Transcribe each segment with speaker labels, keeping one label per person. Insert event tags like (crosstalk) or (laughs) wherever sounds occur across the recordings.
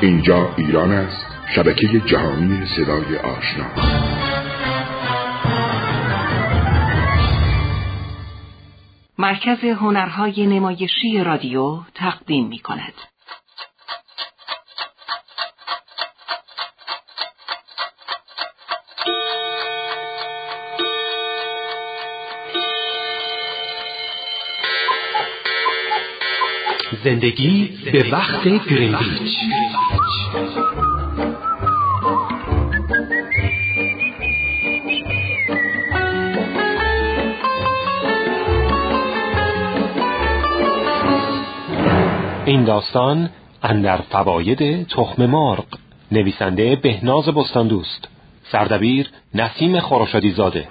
Speaker 1: اینجا ایران است شبکه جهانی صدای آشنا
Speaker 2: مرکز هنرهای نمایشی رادیو تقدیم می کند.
Speaker 3: زندگی به وقت گرینویچ این داستان اندر فواید تخم مرغ نویسنده بهناز بستاندوست سردبیر نسیم خورشادی زاده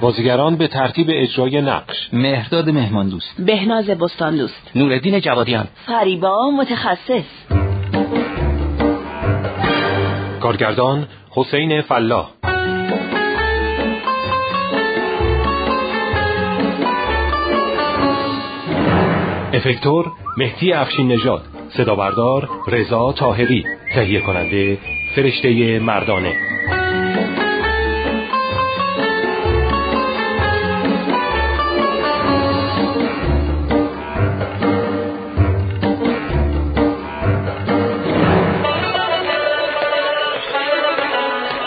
Speaker 3: بازیگران به ترتیب اجرای نقش
Speaker 4: مهرداد مهمان دوست
Speaker 5: بهناز بستان دوست
Speaker 4: نوردین جوادیان
Speaker 5: فریبا متخصص
Speaker 3: کارگردان حسین فلاح افکتور مهدی افشین نژاد صدابردار رضا تاهری تهیه کننده فرشته مردانه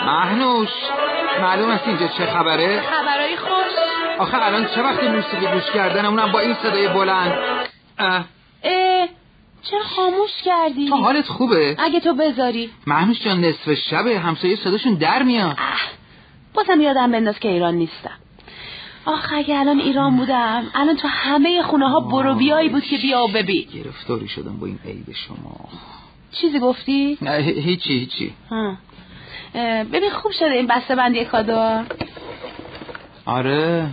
Speaker 6: مهنوش معلوم است اینجا چه خبره؟
Speaker 7: خبرای خوش
Speaker 6: آخه الان چه وقت موسیقی گوش کردن اونم با این صدای بلند اه،
Speaker 7: اه چرا خاموش کردی؟
Speaker 6: تو حالت خوبه؟
Speaker 7: اگه تو بذاری
Speaker 6: مهنوش جان نصف شبه همسایه صداشون در میاد
Speaker 7: بازم یادم بنداز که ایران نیستم آخ اگه الان ایران بودم الان تو همه خونه ها برو بیایی بود که بیا و ببین
Speaker 6: گرفتاری شدم با این عیب شما
Speaker 7: چیزی گفتی؟
Speaker 6: نه، هی- هیچی هیچی
Speaker 7: ها. اه، ببین خوب شده این بسته بندی کادو
Speaker 6: آره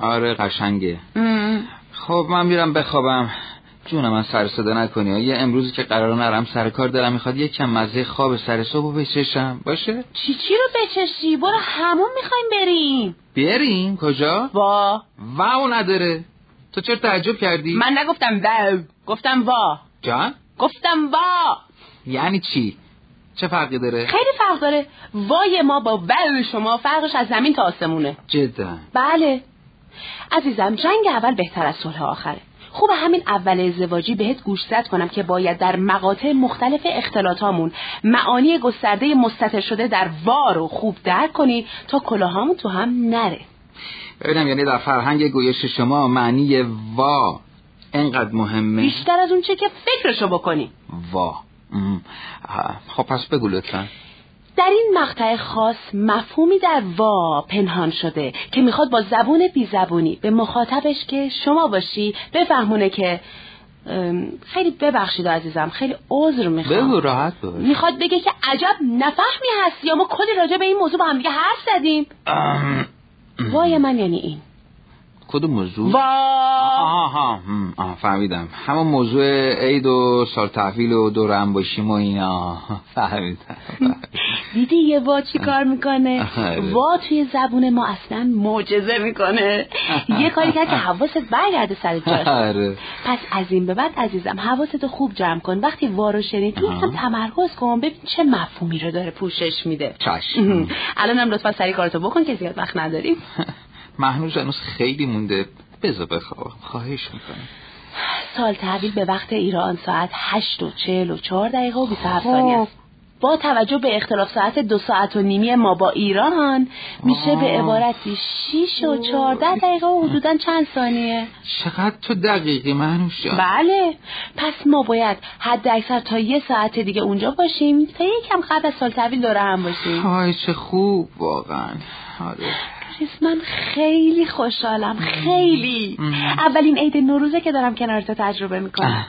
Speaker 6: آره قشنگه خب من میرم بخوابم جونم من سر صدا نکنی یه امروزی که قرار نرم سر کار دلم میخواد یه کم مزه خواب سر صبح بچشم باشه
Speaker 7: چی چی رو بچشی؟ برو همون میخوایم بریم
Speaker 6: بریم کجا
Speaker 7: وا
Speaker 6: واو نداره تو چرا تعجب کردی
Speaker 7: من نگفتم و گفتم وا
Speaker 6: جان
Speaker 7: گفتم وا
Speaker 6: یعنی چی چه فرقی داره
Speaker 7: خیلی فرق داره وای ما با وای شما فرقش از زمین تا آسمونه
Speaker 6: جدا
Speaker 7: بله عزیزم جنگ اول بهتر از صلح آخره خوب همین اول ازدواجی بهت گوشزد کنم که باید در مقاطع مختلف اختلاطامون معانی گسترده مستطر شده در وار رو خوب درک کنی تا کلاهامون تو هم نره
Speaker 6: ببینم یعنی در فرهنگ گویش شما معنی وا انقدر مهمه
Speaker 7: بیشتر از اون چه که فکرشو بکنی
Speaker 6: وا ام. آه. خب پس بگو لطفا
Speaker 7: در این مقطع خاص مفهومی در وا پنهان شده که میخواد با زبون بیزبونی به مخاطبش که شما باشی بفهمونه که ام، خیلی ببخشید عزیزم خیلی عذر میخوام
Speaker 6: بگو راحت باش
Speaker 7: میخواد بگه که عجب نفهمی هستی یا ما کلی راجع به این موضوع با هم دیگه حرف زدیم
Speaker 6: ام.
Speaker 7: وای من یعنی این
Speaker 6: کدوم موضوع
Speaker 7: وا
Speaker 6: آها آها هم، آه، فهمیدم همون موضوع عید و سال تحویل و دور هم باشیم و اینا (laughs) فهمیدم
Speaker 7: دیدی یه وا چی کار میکنه
Speaker 6: آره.
Speaker 7: وا توی زبون ما اصلا معجزه
Speaker 6: (laughs)
Speaker 7: میکنه یه کاری کرد که حواست برگرده سر جاش
Speaker 6: آره
Speaker 7: پس از این به بعد عزیزم حواستو خوب جمع کن وقتی وارو شنید یکم تمرکز کن ببین چه مفهومی رو داره پوشش میده
Speaker 6: چشم
Speaker 7: (laughs) الانم لطفا سری کارتو بکن که زیاد وقت نداریم
Speaker 6: مهنوش هنوز خیلی مونده بذار بخوابم خواهش میکنم
Speaker 7: سال تحویل به وقت ایران ساعت 8 و 44 دقیقه و 27 ثانیه است. با توجه به اختلاف ساعت دو ساعت و نیمی ما با ایران میشه به عبارتی 6 و 14 دقیقه و حدودا چند ثانیه
Speaker 6: چقدر تو دقیقی مهنوش جان
Speaker 7: بله پس ما باید حد اکثر تا یه ساعت دیگه اونجا باشیم تا یکم قبل از سال تحویل دوره هم باشیم
Speaker 6: آی چه خوب واقعا آره
Speaker 7: پس خب. من خیلی خوشحالم خیلی اولین عید نوروزه که دارم کنار تو تجربه میکنم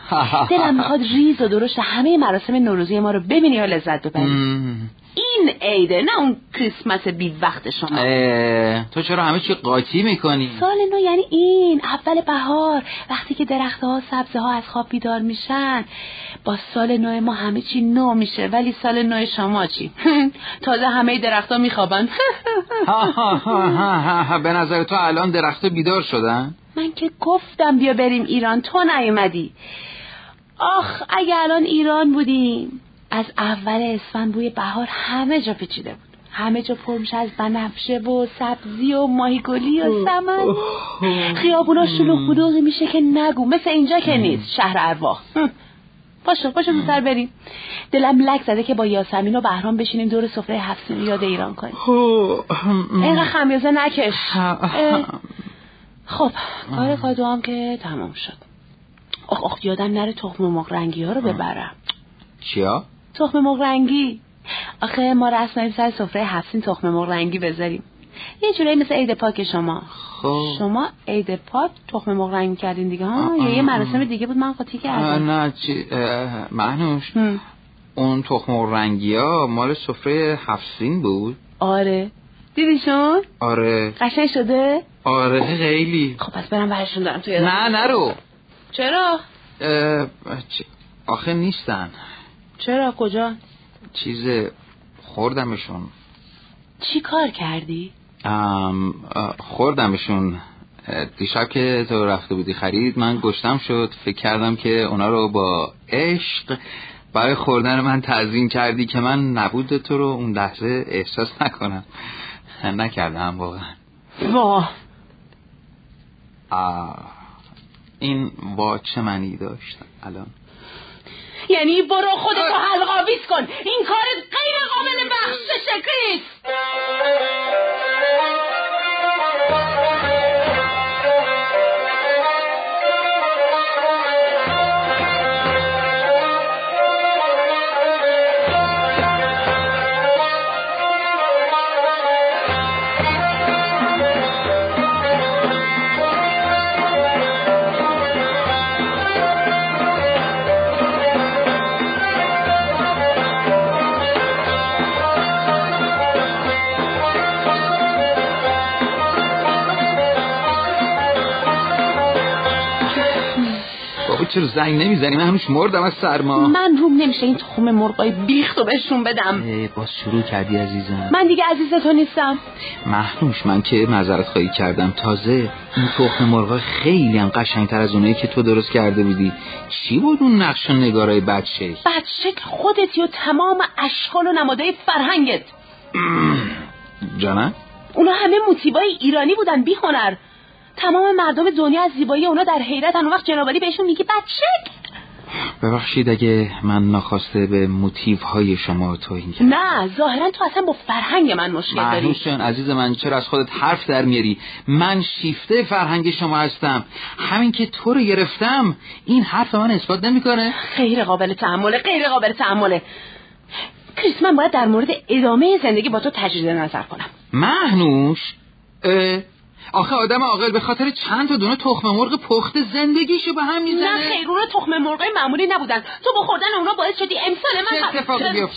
Speaker 7: دلم میخواد ریز و درشت همه مراسم نوروزی ما رو ببینی و لذت ببری
Speaker 6: مم.
Speaker 7: این عیده نه اون کریسمس بی وقت شما
Speaker 6: اه، تو چرا همه چی قاطی میکنی؟
Speaker 7: (laughs)
Speaker 6: (laughs)
Speaker 7: سال نو یعنی این اول بهار وقتی که درخت ها سبزه ها از خواب بیدار میشن با سال نو ما همه چی نو میشه ولی سال نو شما چی (laughs) تازه همه درخت ها میخوابن (laughs)
Speaker 6: ها ها ها ها ها ها. به نظر تو الان درخت بیدار شدن؟
Speaker 7: من که گفتم بیا بریم ایران تو نیومدی آخ اگه الان ایران بودیم از اول اسفند بوی بهار همه جا پیچیده بود همه جا پر میشه از بنفشه و سبزی و ماهیگلی و سمن خیابونا شلوغ بلوغی میشه که نگو مثل اینجا که نیست شهر ارواح پاشو پاشو زودتر بریم دلم لک زده که با یاسمین و بهرام بشینیم دور سفره هفتونی یاد ایران کنیم اینقدر خمیازه نکش اه. خب کار کادو هم که تمام شد آخ آخ یادم نره تخم مرغ رنگی ها رو ببرم
Speaker 6: چیا؟
Speaker 7: تخم مرغ رنگی آخه ما رسمیم سر سفره هفتین تخم مرغ رنگی بذاریم یه جورایی مثل عید پاک شما
Speaker 6: خب
Speaker 7: شما عید پاک تخم مرغ رنگی کردین دیگه ها
Speaker 6: آه، آه،
Speaker 7: یا یه
Speaker 6: آه.
Speaker 7: مراسم دیگه بود من قاطی
Speaker 6: آه،
Speaker 7: کردم
Speaker 6: نه چی اه، مهنوش
Speaker 7: هم.
Speaker 6: اون تخم و رنگی ها مال سفره هفسین بود
Speaker 7: آره دیدیشون
Speaker 6: آره
Speaker 7: قشنگ شده
Speaker 6: آره خیلی
Speaker 7: خب پس برم برشون دارم توی
Speaker 6: نه نرو
Speaker 7: چرا
Speaker 6: اه، چی- آخه نیستن
Speaker 7: چرا کجا
Speaker 6: چیز خوردمشون
Speaker 7: چی کار کردی
Speaker 6: ام، اه، خوردمشون اه، دیشب که تو رفته بودی خرید من گشتم شد فکر کردم که اونا رو با عشق برای خوردن من تعظیم کردی که من نبود تو رو اون لحظه احساس نکنم نکردم واقعا
Speaker 7: واه
Speaker 6: آه، این با چه منی داشت الان
Speaker 7: یعنی برو خودتو حلقاویز کن این کارت غیر قابل بخشش کریس
Speaker 6: بابا چرا زنگ نمیزنی من هنوز مردم از سرما
Speaker 7: من روم نمیشه این تخم مرغای بیختو بهشون بدم
Speaker 6: اه، باز شروع کردی عزیزم
Speaker 7: من دیگه عزیز تو نیستم
Speaker 6: محنوش من که معذرت خواهی کردم تازه این تخم مرغا خیلی هم قشنگتر از اونایی که تو درست کرده بودی چی بود اون نقش و نگارای بچه
Speaker 7: بعد شکل خودتی و تمام اشکال و نمادهای فرهنگت
Speaker 6: (clears throat) جانم
Speaker 7: اونا همه موتیبای ایرانی بودن بی هنر تمام مردم دنیا از زیبایی اونا در حیرت اون وقت جنابالی بهشون میگه بعد شکل
Speaker 6: ببخشید اگه من ناخواسته به موتیف های شما تو این کردم
Speaker 7: نه ظاهرا تو اصلا با فرهنگ من مشکل داری
Speaker 6: مهنوش جان عزیز من چرا از خودت حرف در میاری من شیفته فرهنگ شما هستم همین که تو رو گرفتم این حرف من اثبات نمیکنه
Speaker 7: غیر قابل تحمله غیر قابل تحمله کریس من باید در مورد ادامه زندگی با تو تجدید نظر کنم
Speaker 6: مهنوش اه، آخه آدم عاقل به خاطر چند تا دونه تخم مرغ پخته زندگیشو به هم میزنه
Speaker 7: نه خیر اونا تخم مرغای معمولی نبودن تو با خوردن اونا باعث شدی امسال من
Speaker 6: چه
Speaker 7: خب-
Speaker 6: اتفاقی بیفت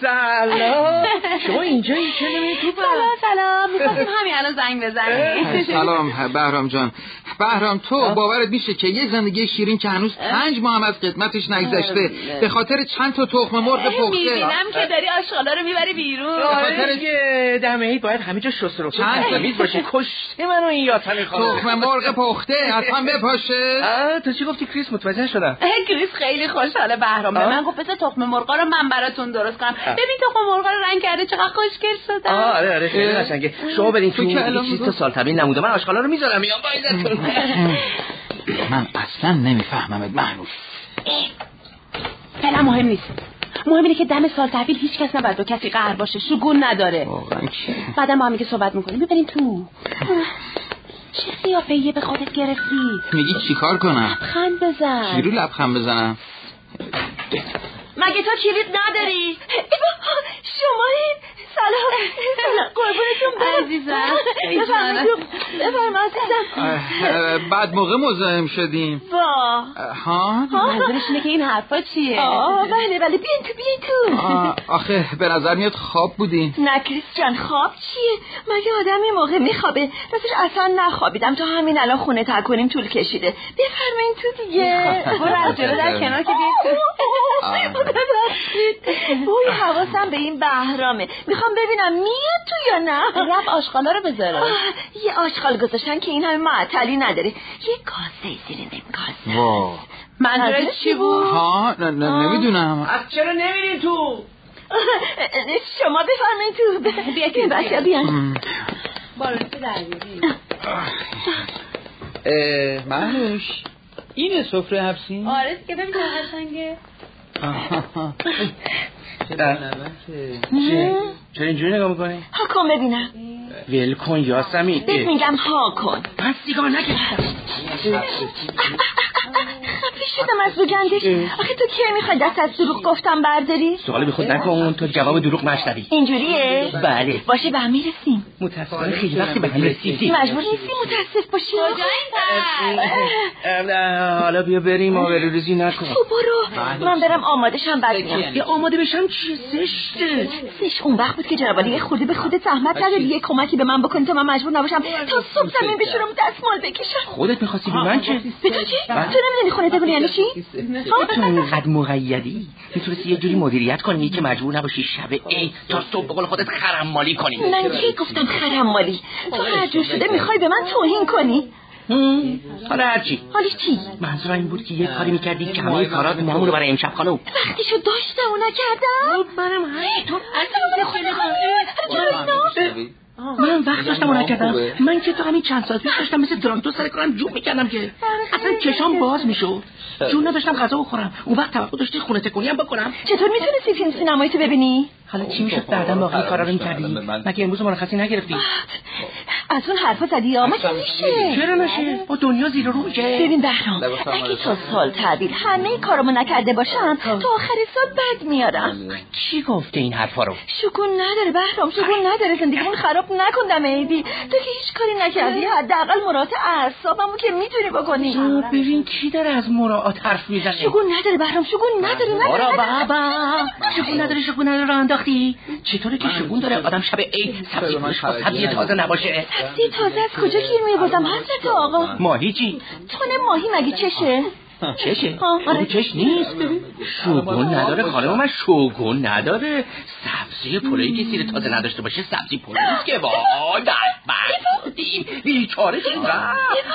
Speaker 8: سلام شما اینجا این چه نمی‌دونی تو
Speaker 7: سلام سلام میخواستیم همین الان زنگ بزنیم
Speaker 6: سلام بهرام جان بهرام تو باورت میشه که یه زندگی شیرین که هنوز پنج ماه هم از قدمتش نگذشته به خاطر چند تا تخم مرغ
Speaker 8: خب،
Speaker 6: پخته
Speaker 7: میبینم که داری آشغالا رو میبری بیرون
Speaker 8: آره دیگه دمه عید باید همه جا شست رو
Speaker 6: چند تا؟
Speaker 8: تمیز باشه کشته منو این یاسمین خانم
Speaker 6: تخم مرغ پخته از هم بپاشه
Speaker 8: آه، تو چی گفتی کریس متوجه شدم
Speaker 7: اه، کریس خیلی خوشحاله بهرام به
Speaker 8: آه.
Speaker 7: من گفت بذار تخم مرغا رو من براتون درست کنم
Speaker 8: آه.
Speaker 7: ببین تخم مرغا رو رنگ کرده چقدر خوشگل شده
Speaker 8: آه، آره آره خیلی
Speaker 6: اه.
Speaker 8: قشنگه شما برین
Speaker 6: تو
Speaker 8: تو
Speaker 6: که الان
Speaker 8: این چیز تو
Speaker 6: میگفت-
Speaker 8: سال تبین نموده من آشغالا رو میذارم میام با ایدتون.
Speaker 6: (laughs) من اصلا نمیفهممت مهنوش
Speaker 7: فعلا مهم نیست مهم اینه که دم سال تحویل هیچ کس نباید با کسی قهر باشه شگون نداره
Speaker 6: واقعا که-
Speaker 7: بعدا با هم دیگه صحبت میکنیم ببریم تو چه قیافه‌ایه به خودت گرفتی
Speaker 6: میگی چیکار کنم
Speaker 7: خند بزن
Speaker 6: چی رو لبخم
Speaker 8: (laughs)
Speaker 6: بزنم
Speaker 7: مگه تو کلید نداری شما این سالا سالا قربونتون برم
Speaker 9: عزیزم
Speaker 7: بفرمایید بفرمایید عزیزم
Speaker 6: اه، اه، بعد موقع مزاحم شدیم
Speaker 7: وا
Speaker 6: اه، ها
Speaker 8: منظورش اینه که این حرفا چیه
Speaker 7: آه بله بله بیاین تو بیاین تو
Speaker 6: آه، آخه به نظر میاد خواب بودیم
Speaker 7: نه کریستیان خواب چیه مگه آدم یه موقع میخوابه راستش اصلا نخوابیدم تا همین الان خونه ترک کنیم طول کشیده بفرمایین تو
Speaker 6: (laughs)
Speaker 7: دیگه
Speaker 9: برو از جلو در کنار که بیای تو.
Speaker 7: ببخشید وای حواسم به این بهرامه میخوام ببینم میاد تو یا نه
Speaker 8: رب آشقالا رو بذاره
Speaker 7: آه، یه آشغال گذاشتن که این همه معطلی نداره یه کاسه زیر نیم کاسه
Speaker 6: وا
Speaker 8: منظورش چی بود
Speaker 6: ها نه- نه- نمیدونم
Speaker 10: از چرا نمیرین تو
Speaker 7: شما بفرمایید تو بیا که بچه بیان
Speaker 6: اه، مهنوش این سفره حبسی
Speaker 9: آره دیگه ببین چه قشنگه
Speaker 6: آها. چه؟
Speaker 4: چرا اینجوری نگاه میکنی؟
Speaker 7: ها کن ببینم
Speaker 4: ول کن یاسمین
Speaker 7: بهت میگم ها کن
Speaker 4: پس دیگاه نکن
Speaker 7: خفه شدم از بگندش آخه تو کی میخوای دست از دروغ گفتم برداری
Speaker 4: سوال به خود نکن تو جواب دروغ نشنوی
Speaker 7: اینجوریه
Speaker 4: بله
Speaker 7: باشه به هم میرسیم
Speaker 4: متاسفانه خیلی وقتی به هم رسیدی
Speaker 7: مجبور نیستی متاسف باشی
Speaker 4: اه، نه، حالا بیا بریم آبروریزی نکن
Speaker 7: تو برو
Speaker 9: بله.
Speaker 7: من برم آمادشم بعد میام
Speaker 4: بیا آماده بشم چیه زشته
Speaker 7: سش اون وقت بود که جناب عالی یه خورده به خودت زحمت نداری یه کمکی به من بکنی تا من مجبور نباشم تا صبح زمین بشورم و دستمال
Speaker 9: خب،
Speaker 7: بکشم
Speaker 4: خودت میخواستی به من چه؟
Speaker 7: به تو چی؟ تو
Speaker 9: بله.
Speaker 7: نمیدونی خونه تگونه یعنی چی؟
Speaker 4: تو اینقدر مقیدی میتونستی یه جوری مدیریت کنی که مجبور نباشی شب ای تا صبح به قول خودت خرم مالی کنی
Speaker 7: من کی گفتم خرم مالی؟
Speaker 9: خب،
Speaker 7: تو هر جور شده میخوای به من توهین کنی
Speaker 4: هم، حالا هرچی
Speaker 7: حالا چی؟
Speaker 4: منظورم این بود که یه کاری میکردی که همه کارات مهمون رو برای امشب خانم
Speaker 7: وقتشو داشتم و نکردم؟
Speaker 9: خب، منم همینطور عزیز خونه
Speaker 4: من وقت داشتم و
Speaker 6: خوبه.
Speaker 4: نکردم من که تا همین چند ساعت پیش داشتم مثل درانتو سر کارم جوب میکردم که
Speaker 7: آره،
Speaker 4: اصلا چشام باز میشد جون نداشتم غذا بخورم اون وقت توقع داشتی خونه تکونی هم بکنم
Speaker 7: چطور میتونستی فیلم سینمایی تو ببینی؟
Speaker 4: حالا چی میشد بعدا باقی کارا رو میکردی مگه امروز مرخصی نگرفتی
Speaker 7: از اون حرفا زدی یا مگه میشه؟
Speaker 4: چرا نشه با دنیا زیر و رو میشه
Speaker 7: ببین بهرام اگه تا سال تعبیر همه کارمو نکرده باشم
Speaker 4: خب.
Speaker 7: تا آخر سال بد میارم
Speaker 4: چی گفته این حرفا رو
Speaker 7: شکون نداره بهرام شکون نداره زندگیمون خراب نکن دم عیدی تو که هیچ کاری نکردی حداقل مرات اعصابمو که میتونی بکنی
Speaker 4: خب، ببین کی داره از مراعات حرف میزنه
Speaker 7: شگون نداره بهرام شگون نداره نداره
Speaker 4: برا
Speaker 7: نداره.
Speaker 4: بابا شگون نداره شگون نداره راه انداختی چطوره که شگون داره آدم شب عید سبزی پوش با سبزی تازه نباشه
Speaker 7: سبزی تازه از کجا گیر میبردم حضرت آقا
Speaker 4: ماهی چی
Speaker 7: تون ماهی مگه چشه
Speaker 4: چشه
Speaker 7: آه، آره.
Speaker 4: اون چش نیست ببین شگون نداره خانم من شگون نداره سبزی پلویی که سیر تازه نداشته باشه سبزی پلویی نیست که وای بدبخت شدیم بیچاره شدیم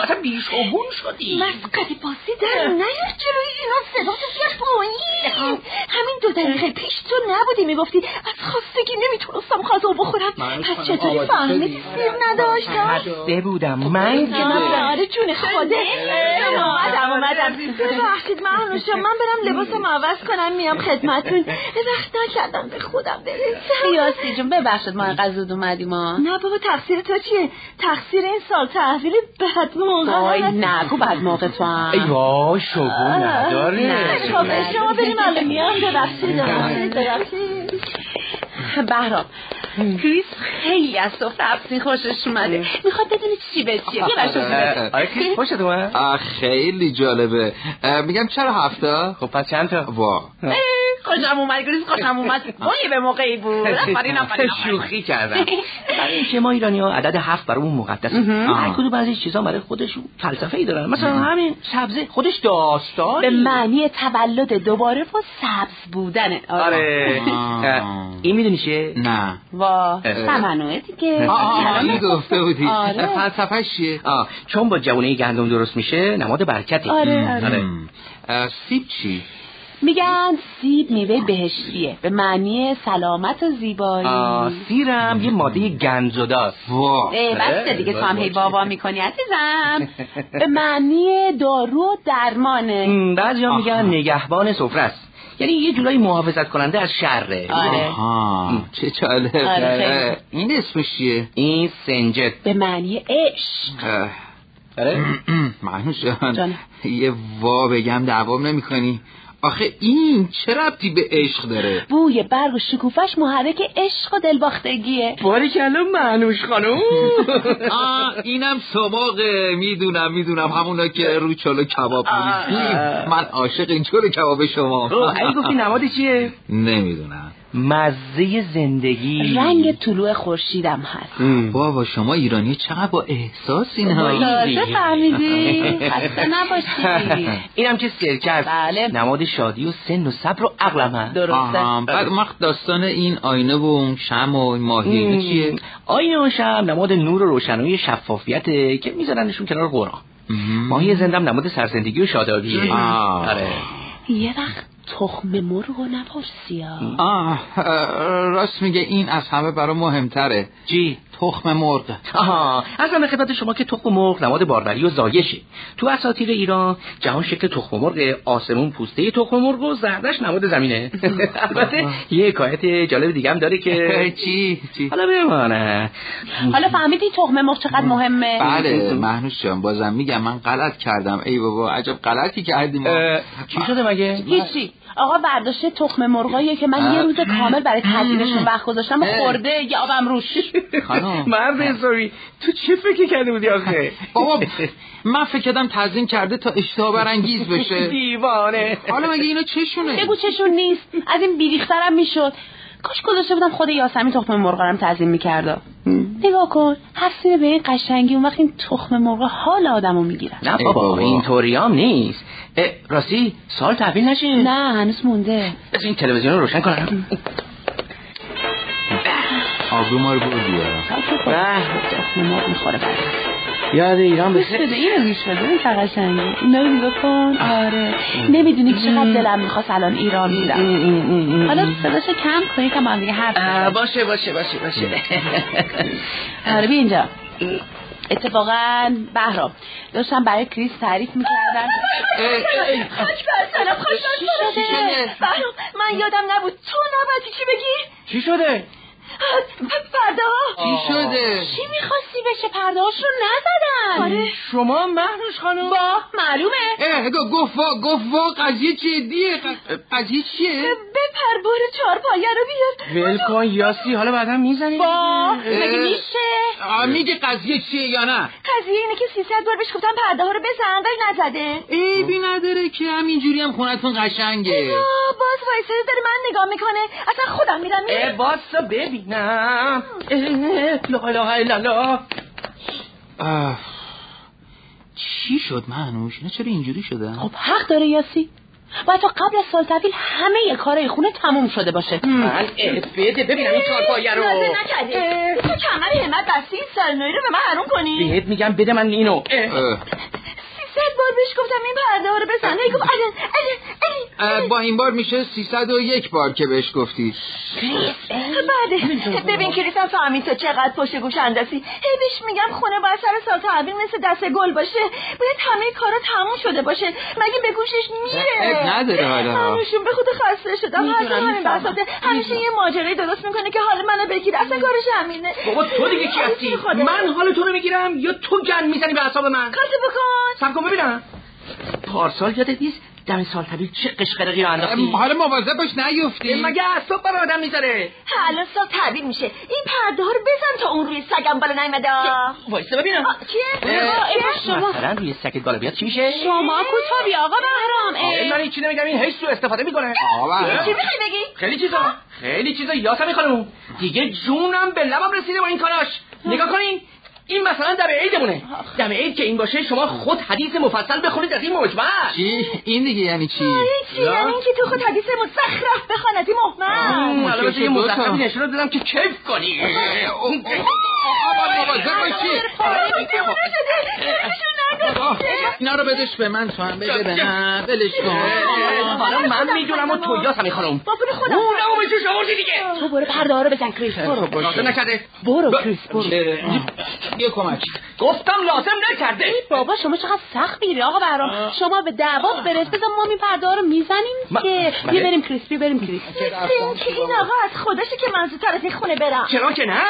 Speaker 4: اصلا بیشگون شدیم
Speaker 7: مسقط بازی در نیار جلوی اینا صداتو کرد ماهی همین دو دقیقه پیش تو نبودی میگفتی از خواستگی نمیتونستم غذا بخورم پس چطوری فهمیدی سیر نداشتم
Speaker 4: خسته بودم من که
Speaker 7: آره آره جون خواده اومدم اومدم ببخشید مهنوش جان، من برم لباسم عوض کنم میام خدمتون وقت نکردم به خودم برسم
Speaker 9: یاسی جون ببخشید ما انقدر زود اومدیم ما
Speaker 7: نه بابا تقصیر تو چیه تقصیر این سال تحویل بد موقع
Speaker 8: وای
Speaker 7: نه
Speaker 8: نگو بعد موقع تو هم
Speaker 4: ای وای شگون نداره
Speaker 7: خب شما بریم الان میام ببخشید ببخشید، ببخشید
Speaker 8: بهرام
Speaker 9: کریس خیلی از سفره افسین خوشش اومده میخواد بدونی چی به چیه بیا برشو
Speaker 6: اه،
Speaker 4: آره
Speaker 8: (laughs)
Speaker 4: کریس خوشت اومد
Speaker 6: آه، خیلی جالبه اه، میگم چرا هفته
Speaker 4: خب پس چند تا
Speaker 6: وا
Speaker 9: خوشم اومد کریس خوشم
Speaker 4: (laughs)
Speaker 9: اومد وای به موقعی بود آفرین آفرین
Speaker 4: شوخی
Speaker 8: (laughs)
Speaker 4: کردم برای اینکه ما ایرانی ها عدد هفت برای اون مقدس هر کدوم بعضی چیزا برای خودشون فلسفه ای دارن مثلا همین سبزه خودش داستان
Speaker 8: به معنی تولد دوباره و سبز بودنه
Speaker 4: آره
Speaker 6: آه.
Speaker 4: اه، این میدونی چه
Speaker 6: نه
Speaker 8: وا
Speaker 4: اه. آره.
Speaker 8: سمنوه دیگه
Speaker 6: آه، این گفته بودی
Speaker 8: آره.
Speaker 6: فلسفه چیه
Speaker 4: آه، چون با جوانه گندم درست میشه نماد برکته
Speaker 8: آره، آره.
Speaker 6: ام. اه، سیب چی
Speaker 8: میگن سیب میوه بهشتیه به معنی سلامت و زیبایی
Speaker 4: آه، سیرم یه ماده گنزوداست
Speaker 6: وا
Speaker 9: اه، بسته دیگه تو هم هی بابا میکنی عزیزم
Speaker 8: به معنی دارو و درمانه
Speaker 4: بعضی ها میگن نگهبان سفره است یعنی یه جورایی محافظت کننده از شره
Speaker 8: آره.
Speaker 6: آها چه جالب
Speaker 8: آره، خیلی.
Speaker 6: اه، این اسمش چیه
Speaker 4: این سنجت
Speaker 8: به معنی عشق
Speaker 6: اه،
Speaker 4: آره
Speaker 6: مهنوش جان
Speaker 8: جان.
Speaker 6: یه وا بگم دعوام نمی کنی آخه این چه ربطی به عشق داره
Speaker 7: بوی برگ و شکوفش محرک عشق و دلباختگیه
Speaker 8: باریکلا معنوش
Speaker 4: (laughs)
Speaker 8: خانم
Speaker 6: آه، اینم سماقه میدونم میدونم همونا که رو چلو کباب می‌ریزی. من عاشق این چلو کباب شما
Speaker 8: علی گفتی نماد چیه
Speaker 6: نمیدونم
Speaker 4: مزه زندگی
Speaker 7: رنگ طلوع خورشیدم هست
Speaker 6: بابا شما ایرانی چقدر با احساس اینا
Speaker 5: تازه فهمیدی خسته نباشی
Speaker 4: اینم که سرکه است
Speaker 5: بله.
Speaker 4: نماد شادی و سن و صبر و عقلم هست
Speaker 5: درسته
Speaker 6: آها بعد وقت داستان این آینه و اون شم و این ماهی اینا چیه
Speaker 4: آینه و شم نماد نور و روشنایی شفافیته که میذارنشون کنار قرآن ماهی زندم نماد سرزندگی و شادابیه
Speaker 6: آه.
Speaker 4: آره
Speaker 7: یه وقت تخم مرغ و نپرسی ها.
Speaker 6: آه اه، راست میگه این از همه برای مهمتره
Speaker 4: جی
Speaker 6: تخم مرغ
Speaker 4: آها ارزم به خدمت شما که تخم مرغ نماد باروری و زایشه تو اساطیر ایران جهان شکل تخم مرغ آسمون پوسته تخم مرغ و زردش نماد زمینه البته یه حکایت جالب دیگه هم داره که
Speaker 8: (laughs)
Speaker 6: چی چی
Speaker 4: حالا بمانه
Speaker 7: حالا فهمیدی تخم مرغ چقدر مهمه
Speaker 6: بله مهنوش جان بازم میگم من غلط کردم ای بابا عجب غلطی کردیم ما.
Speaker 4: اه، چی شده مگه
Speaker 7: هیچی آقا برداشته تخم مرغایی که من یه روز کامل برای تدبیرشون وقت گذاشتم و خورده یه آبم روش
Speaker 6: (laughs) خانم
Speaker 8: مرد حسابی تو چه فکر کرده بودی آخه
Speaker 6: بابا من فکر کردم تزیین کرده تا اشتها برانگیز (laughs) بشه
Speaker 8: دیوانه
Speaker 6: حالا مگه اینا چشونه
Speaker 7: بگو چشون نیست از این بیریخترم میشد کاش گذاشته بودم خود یاسمین تخم مرغارم تعظیم میکردا نگاه کن حسینه به این قشنگی اون وقت این تخم مرغ حال آدمو میگیرن
Speaker 4: نه
Speaker 6: ای
Speaker 4: بابا
Speaker 6: بابا.
Speaker 4: اینطوری هم نیست اه، راستی سال تحویل نشه
Speaker 7: نه هنوز مونده
Speaker 4: از این تلویزیون رو روشن کنم
Speaker 6: آبرو ما رو بردی
Speaker 7: تخم مرغ میخوره بعد
Speaker 4: یاد ایران
Speaker 7: گوش بده اینو گوش بده این چقدر قشنگه اینا رو نگاه کن آره نمیدونی چقدر دلم میخواست الان ایران بودم حالا صداشو کم کنی که من دیگه حرف بزنیم.
Speaker 4: باشه باشه باشه باشه
Speaker 7: آره بیا اینجا اتفاقا بهرام داشتم برای کریس تعریف میکردم
Speaker 11: خاک بر سرم خاک بر سرم.
Speaker 6: چی شده؟
Speaker 11: بهرام، من یادم نبود تو نباید چی بگی
Speaker 4: چی شده
Speaker 11: فردا
Speaker 6: چی شده
Speaker 7: چی میخواستی بشه پردهاش رو نزدن آره
Speaker 8: شما مهنوش خانم
Speaker 7: با معلومه
Speaker 6: اه گفت وا گفت وا قضیه جدیه ق- قضیه چیه
Speaker 11: بپر بار چهار پایه رو بیار
Speaker 8: ول کن یاسی حالا بعدا میزنی
Speaker 7: با
Speaker 6: اه.
Speaker 7: مگه میشه
Speaker 6: آه، میگه قضیه چیه یا نه
Speaker 11: قضیه اینه که 300 بار بهش گفتم پرده ها رو بزن ولی نزده
Speaker 6: عیبی نداره که همینجوری هم خونتون قشنگه
Speaker 11: آه، باز وایساده داره من نگاه میکنه اصلا خودم میرم
Speaker 8: اه،
Speaker 11: میرم
Speaker 8: باستا ببینم اه، لا لا لا لا
Speaker 6: آه. چی شد مهنوش اینا چرا اینجوری شده
Speaker 7: خب حق داره یاسی باید تا قبل از سال تحویل همه یه کارای خونه تموم شده باشه
Speaker 8: من اه، بده ببینم این چهار پایه رو
Speaker 11: نازه نکردی تو کمر همت بستی این سرنایی رو به من حروم کنی
Speaker 8: بهت میگم بده من اینو اه.
Speaker 6: اه.
Speaker 11: 300 بار بهش گفتم این پرده ها رو بزن هی گفت الان الان الان
Speaker 6: اه، با این بار میشه 301 بار که بهش گفتی
Speaker 11: بعده ببین کلیسم فهمید تو چقدر پشت گوش اندسی هی بهش میگم خونه باید سر سال تحویل مثل دست گل باشه باید همه کارا تموم شده باشه مگه به گوشش میره
Speaker 6: عیب نداره حالا.
Speaker 11: منوشون به خود خسته شدم هر
Speaker 7: میدونم،
Speaker 11: همین
Speaker 7: میفهمم.
Speaker 11: بساطه همیشه یه ماجرایی درست میکنه که حال منو بگیره اصلا کارش همینه
Speaker 8: بابا تو دیگه کی هستی
Speaker 11: خدا.
Speaker 8: من حال تو رو میگیرم یا تو گن میزنی به اعصاب من
Speaker 11: قاطی بکن
Speaker 8: سب کن ببینم پارسال یادت نیست دم سال طبیل چه قشقرقی رو انداختی
Speaker 6: حالا مواظب باش نیفتی
Speaker 8: مگه اعصاب بر آدم میذاره
Speaker 11: الان سال تحویل میشه این پرده ها رو بزن تا اون روی سگم بالا نیومده آه،
Speaker 8: وایسا ببینم
Speaker 11: چیه؟
Speaker 7: آقا، ای بابا، شما
Speaker 4: مثلا روی سکت بالا بیاد چی میشه
Speaker 7: شما کتابی آقا بهرام اه.
Speaker 8: آقا، من هیچی نمیگم این هیچ سو استفاده میکنه
Speaker 6: بله.
Speaker 11: چی میخوای بگی؟
Speaker 8: خیلی چیزا خیلی چیزا یاسم خانم دیگه جونم به لبم رسیده با این کاراش نگاه کنین این مثلا دم عیدمونه دم عید که این باشه شما خود حدیث مفصل بخونید از این مجمع
Speaker 6: چی این دیگه یعنی چی
Speaker 11: هیچی یعنی اینکه تو خود حدیث مزخرف بخوان از این مهمل
Speaker 8: مم،
Speaker 6: مشکل
Speaker 8: البته یه
Speaker 6: دوتا.
Speaker 8: مزخرفی نشون رو دادم که کیف کنی
Speaker 6: آقا مواظب باشی آه، اینا رو بدش به من تو هم بده به من بدش کن
Speaker 8: حالا من میدونم و تو یاسم خانم
Speaker 11: با پول خودم
Speaker 8: اونمو به جوش آوردی دیگه
Speaker 7: تو برو پرده ها رو بزن کریس برو
Speaker 8: لازم نکرده
Speaker 7: برو کریس برو
Speaker 6: اه، بیا کمک
Speaker 8: گفتم لازم نکرده
Speaker 7: بابا شما چقدر سخت میری آقا برام شما به دعوا برس بزن ما این پرده ها رو میزنیم
Speaker 8: من-
Speaker 7: که
Speaker 8: من-
Speaker 7: بیا بریم کریس بیا بریم کریس
Speaker 11: مثل اینکه این آقا از خودشه که من زودتر از این خونه برم
Speaker 8: چرا که نه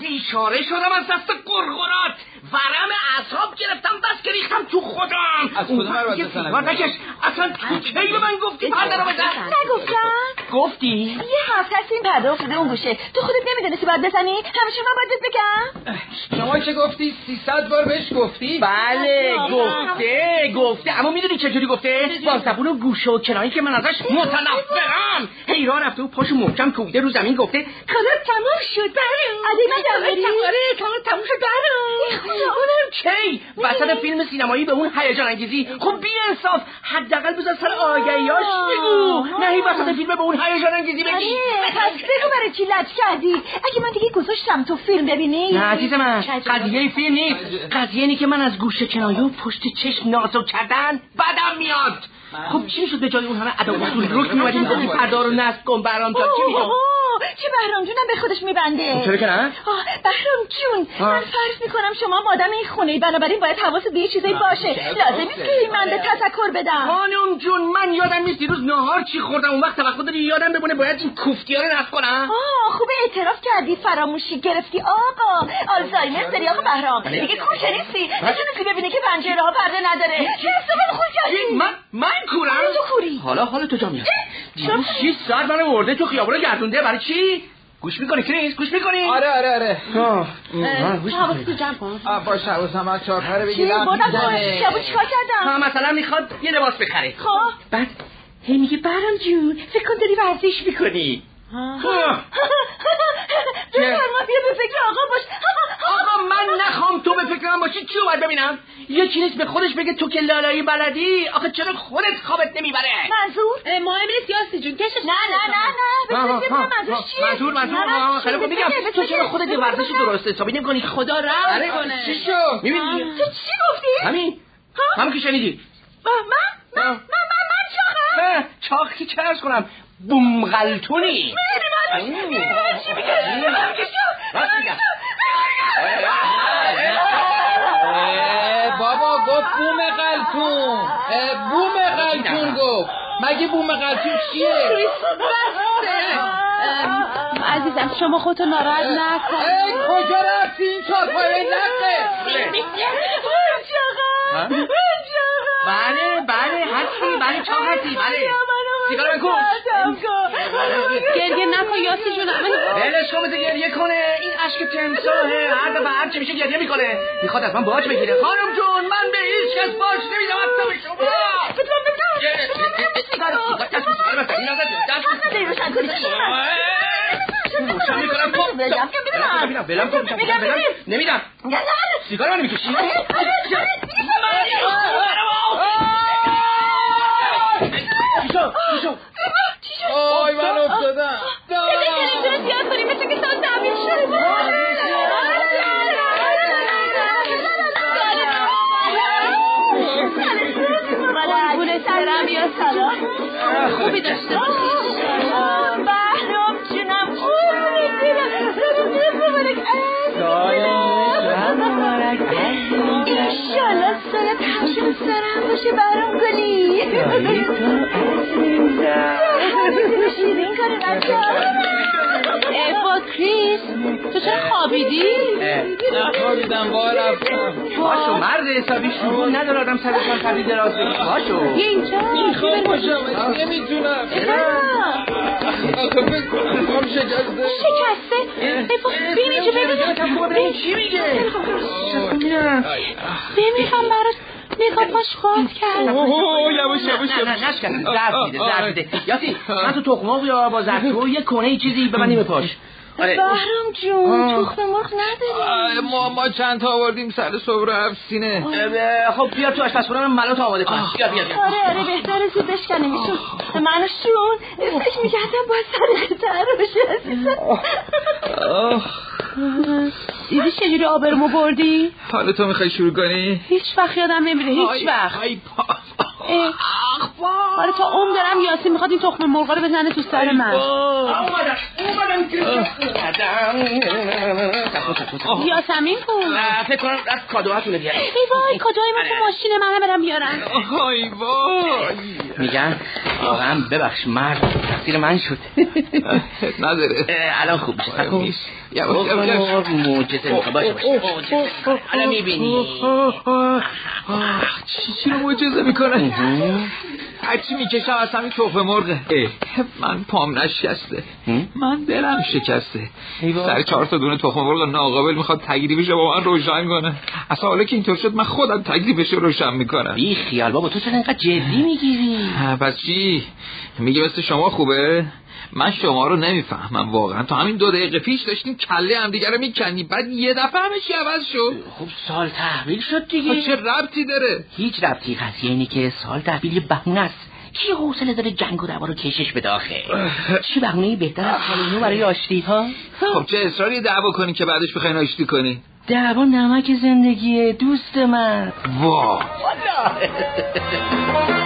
Speaker 8: بیچاره پاره شدم از دست قرقرات ورم اعصاب گرفتم بس که ریختم تو خودم
Speaker 6: از کدوم
Speaker 8: اون وقت
Speaker 6: رو از
Speaker 8: یه
Speaker 6: دست
Speaker 8: سیگار
Speaker 6: نگرفتی؟
Speaker 8: نکش اصلا تو کی به من گفتی پدرم بدن
Speaker 7: نگفتم
Speaker 8: گفتی
Speaker 7: یه هفته است این پرده افتاده اون گوشه تو خودت نمیدونستی باید بزنی همیشه من باید بهت بگم
Speaker 12: شما چه گفتی 300 بار بهش گفتی
Speaker 8: بله
Speaker 7: آقا.
Speaker 8: گفته گفته اما میدونی چجوری گفته با زبون و گوشه و کنایی که من ازش متنفرم حیران رفته و پاشو محکم کوبیده رو زمین گفته
Speaker 7: کلا تمام شد برم علی من داری
Speaker 8: آره کامل تموم شد برم اونم کی وسط فیلم سینمایی به اون هیجان انگیزی خب بی انصاف حداقل بذار سر آگهیاش بگو نه این وسط فیلم به اون هیجان انگیزی بگی
Speaker 7: آره پس بگو برای چی لج کردی اگه من دیگه گذاشتم تو فیلم ببینی
Speaker 8: نه عزیز من
Speaker 7: شاید-
Speaker 8: قضیه فیلم نیست قضیه اینه که من از گوشه کنایه و پشت چشم نازو کردن بدم میاد
Speaker 7: بله.
Speaker 8: خب چی شد به جای اون همه ادا و اصول رک میومدی میگفتی پردا رو نصب کن برام جان چی میگم
Speaker 7: اوه، چه بهرام جونم به خودش میبنده
Speaker 8: چرا که نه
Speaker 7: آه، بهرام جون
Speaker 8: آه.
Speaker 7: من فرض میکنم شما آدم این خونه ای بنابراین باید حواست به یه چیزایی باشه لازم نیست که من به تذکر بدم
Speaker 8: خانم جون من یادم نیست دیروز نهار چی خوردم اون وقت توقع داری یادم بمونه باید این کوفتی رو نصب کنم
Speaker 7: آه خوبه اعتراف کردی فراموشی گرفتی آقا آلزایمر داری آقا بهرام
Speaker 8: بله.
Speaker 7: دیگه کوچه نیستی نتونستی ببینی که پنجره ها پرده نداره چرا صبح خود کردی
Speaker 8: من من کورم
Speaker 7: آره، تو کوری.
Speaker 8: حالا حالا تو جا میاد دیروز شیش ساعت من ورده تو خیابون رو گردونده برای چی گوش میکنی کریس گوش میکنی
Speaker 6: آره آره آره
Speaker 13: حواستو جمع کن
Speaker 6: آه، باش حواسم از چارپره
Speaker 7: چی
Speaker 6: بگیرم
Speaker 7: بردم
Speaker 6: دیدنه.
Speaker 7: شبو چیکار
Speaker 8: ها
Speaker 7: کردم
Speaker 8: مثلا میخواد یه لباس بخره
Speaker 7: خب
Speaker 8: بعد هی میگه برام جون فکر کن داری ورزش میکنی
Speaker 7: بفرما بیا به فکر آقا باش
Speaker 8: آقا من نخوام تو به فکر من باشی چی رو باید ببینم یکی نیست به خودش بگه تو که لالایی بلدی آخه چرا خودت خوابت نمیبره
Speaker 7: منظور
Speaker 14: مهم نیست یاسی جون کشش
Speaker 7: نه نه نه نه بذار ببینم منظورش چیه
Speaker 8: منظور منظور
Speaker 7: نه، نه، چیه؟
Speaker 8: آه، خیلی خوب
Speaker 7: بذار
Speaker 8: میگم
Speaker 7: بگه،
Speaker 8: تو
Speaker 7: بذار
Speaker 8: چرا
Speaker 7: بگه.
Speaker 8: خودت یه ورزش رو درست حسابی نمیکنی خدا
Speaker 14: آره
Speaker 8: رو
Speaker 14: کنه.
Speaker 6: چی شد
Speaker 8: میبینی
Speaker 7: تو چی گفتی
Speaker 8: همین همون که شنیدی
Speaker 7: آه، من من
Speaker 8: آه.
Speaker 7: من من من چاقم
Speaker 8: نه چاخی چه ارز کنم بومغلتونی
Speaker 7: می‌بینم. می‌بینم چی می‌گه. می‌بینم چی شد.
Speaker 8: راست میگم.
Speaker 6: اه، بابا گفت بوم قلتون اه، بوم قلتون گفت مگه بوم قلتون چیه
Speaker 13: عزیزم شما خودتو ناراحت نکن
Speaker 6: ای کجا رفتی این چارپره نقه
Speaker 7: آه، چاقم. آه، چاقم.
Speaker 8: بله بله هستی بله چاق هستی بله
Speaker 7: منو
Speaker 8: سیگار من کن
Speaker 7: بردم کن.
Speaker 13: گریه نکن یاسی جون
Speaker 8: ولش کن بله، بذار گریه کنه این اشک تمساهه هر دفعه هر چی میشه گریه میکنه میخواد از من باج بگیره خانم جون من به هیچ کس باج نمیدم حتی به شما
Speaker 7: بذار بذار.
Speaker 8: سیگار، سیگار، دست به سیگار بزن. این آقا دست به
Speaker 7: حق نداری روشن کنی.
Speaker 8: سیگار. روشن می‌کنم. خب.
Speaker 7: بگم، بگم.
Speaker 8: ببینم، بلم کن.
Speaker 7: بگم،
Speaker 8: بلم.
Speaker 7: ببین.
Speaker 8: نمیدم
Speaker 7: نه، نه.
Speaker 8: سیگار منو میکشی
Speaker 6: آی من افتادم
Speaker 7: خوبی داشته باشی بهرام جونم خوبی ایشالا سایت همچنین سرم باشه برام گلی این کار
Speaker 13: ای با کریس تو چرا خوابیدی؟
Speaker 6: نخوابیدم با رفتم
Speaker 8: باشو مرد حسابی شروع نداره آدم سر کار خبری دراز بگی باشو
Speaker 13: اینجا
Speaker 6: میخوام باشم نمیتونم آخه فکر کنم میخوام شکسته
Speaker 13: شکسته ای بابا، بیا اینجا ببینم
Speaker 8: ببین چی میگه
Speaker 13: بمیخم براش نگاه پاش خواهد کرد
Speaker 6: اوه یواش یواش
Speaker 8: نه نه نشکن زرد میده
Speaker 6: آه، آه،
Speaker 8: زرد میده یاسی من تو تخماق یا با زرد یه کنه ای چیزی ببندیم به پاش آره
Speaker 7: بهرام جون تخم مرغ
Speaker 6: آه،
Speaker 7: نداری
Speaker 6: ما ما چند تا آوردیم سر صبح هفت سینه
Speaker 8: اه، خب بیا تو آشپزخونه من ملات آماده کنم بیا بیا بیا
Speaker 7: آره آره بهتره که بشکنه میشون منو شون فکر میکردم باید سر قطعه رو بشه عزیزم.
Speaker 13: دیدی چجوری آبرمو بردی؟
Speaker 6: حالا تو میخوای شروع کنی
Speaker 13: هیچ وقت یادم نمیره هیچ وقت اه. آره تا عمر دارم یاسی میخواد این تخم مرغا رو بزنه تو سر من
Speaker 8: اومدم اومدم
Speaker 13: یاسمین کن
Speaker 8: فکر کنم از کادوهاتونه بیارم
Speaker 13: ای وای کجای من تو
Speaker 8: آره.
Speaker 13: ماشین منم برم بیارم
Speaker 6: آی وای
Speaker 8: میگن واقعا ببخش مرد تقصیر من شد
Speaker 6: (laughs) نداره
Speaker 8: اه، الان خوب میشه
Speaker 6: آره،
Speaker 8: سب کن.
Speaker 6: میشه. یواش یواش
Speaker 7: موجزه
Speaker 8: خب،
Speaker 7: میخوام باشه باشه معجزه. حالا میبینی
Speaker 6: چی چی رو معجزه میکنه هرچی میکشم از همین توفه مرغه من پام نشکسته من دلم شکسته سر چهار تا دونه تخم مرغ ناقابل میخواد تکلیفش رو با من روشن کنه اصلا حالا که اینطور شد من خودم تکلیفش رو روشن میکنم
Speaker 7: بی خیال بابا تو چرا اینقدر جدی میگیری
Speaker 6: پس چی میگه مثل شما خوبه من شما رو نمیفهمم واقعا تا همین دو دقیقه پیش داشتیم کله هم دیگه رو میکنیم بعد یه دفعه همه چی عوض شد
Speaker 7: خب سال تحویل شد
Speaker 6: خب
Speaker 7: دیگه
Speaker 6: چه ربطی داره
Speaker 7: هیچ ربطی قضیه اینه که سال تحویل یه بهونه است کی حوصله داره جنگ و دعوا رو کشش به داخل چه بهونه بهتر از سال نو برای آشتی ها
Speaker 6: خب چه اصراری دعوا کنی که بعدش بخواین آشتی کنی
Speaker 7: دعوا نمک زندگیه دوست من
Speaker 6: واه
Speaker 7: والا